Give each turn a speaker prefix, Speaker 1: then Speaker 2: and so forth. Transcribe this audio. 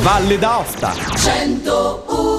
Speaker 1: Valle d'Aosta
Speaker 2: 101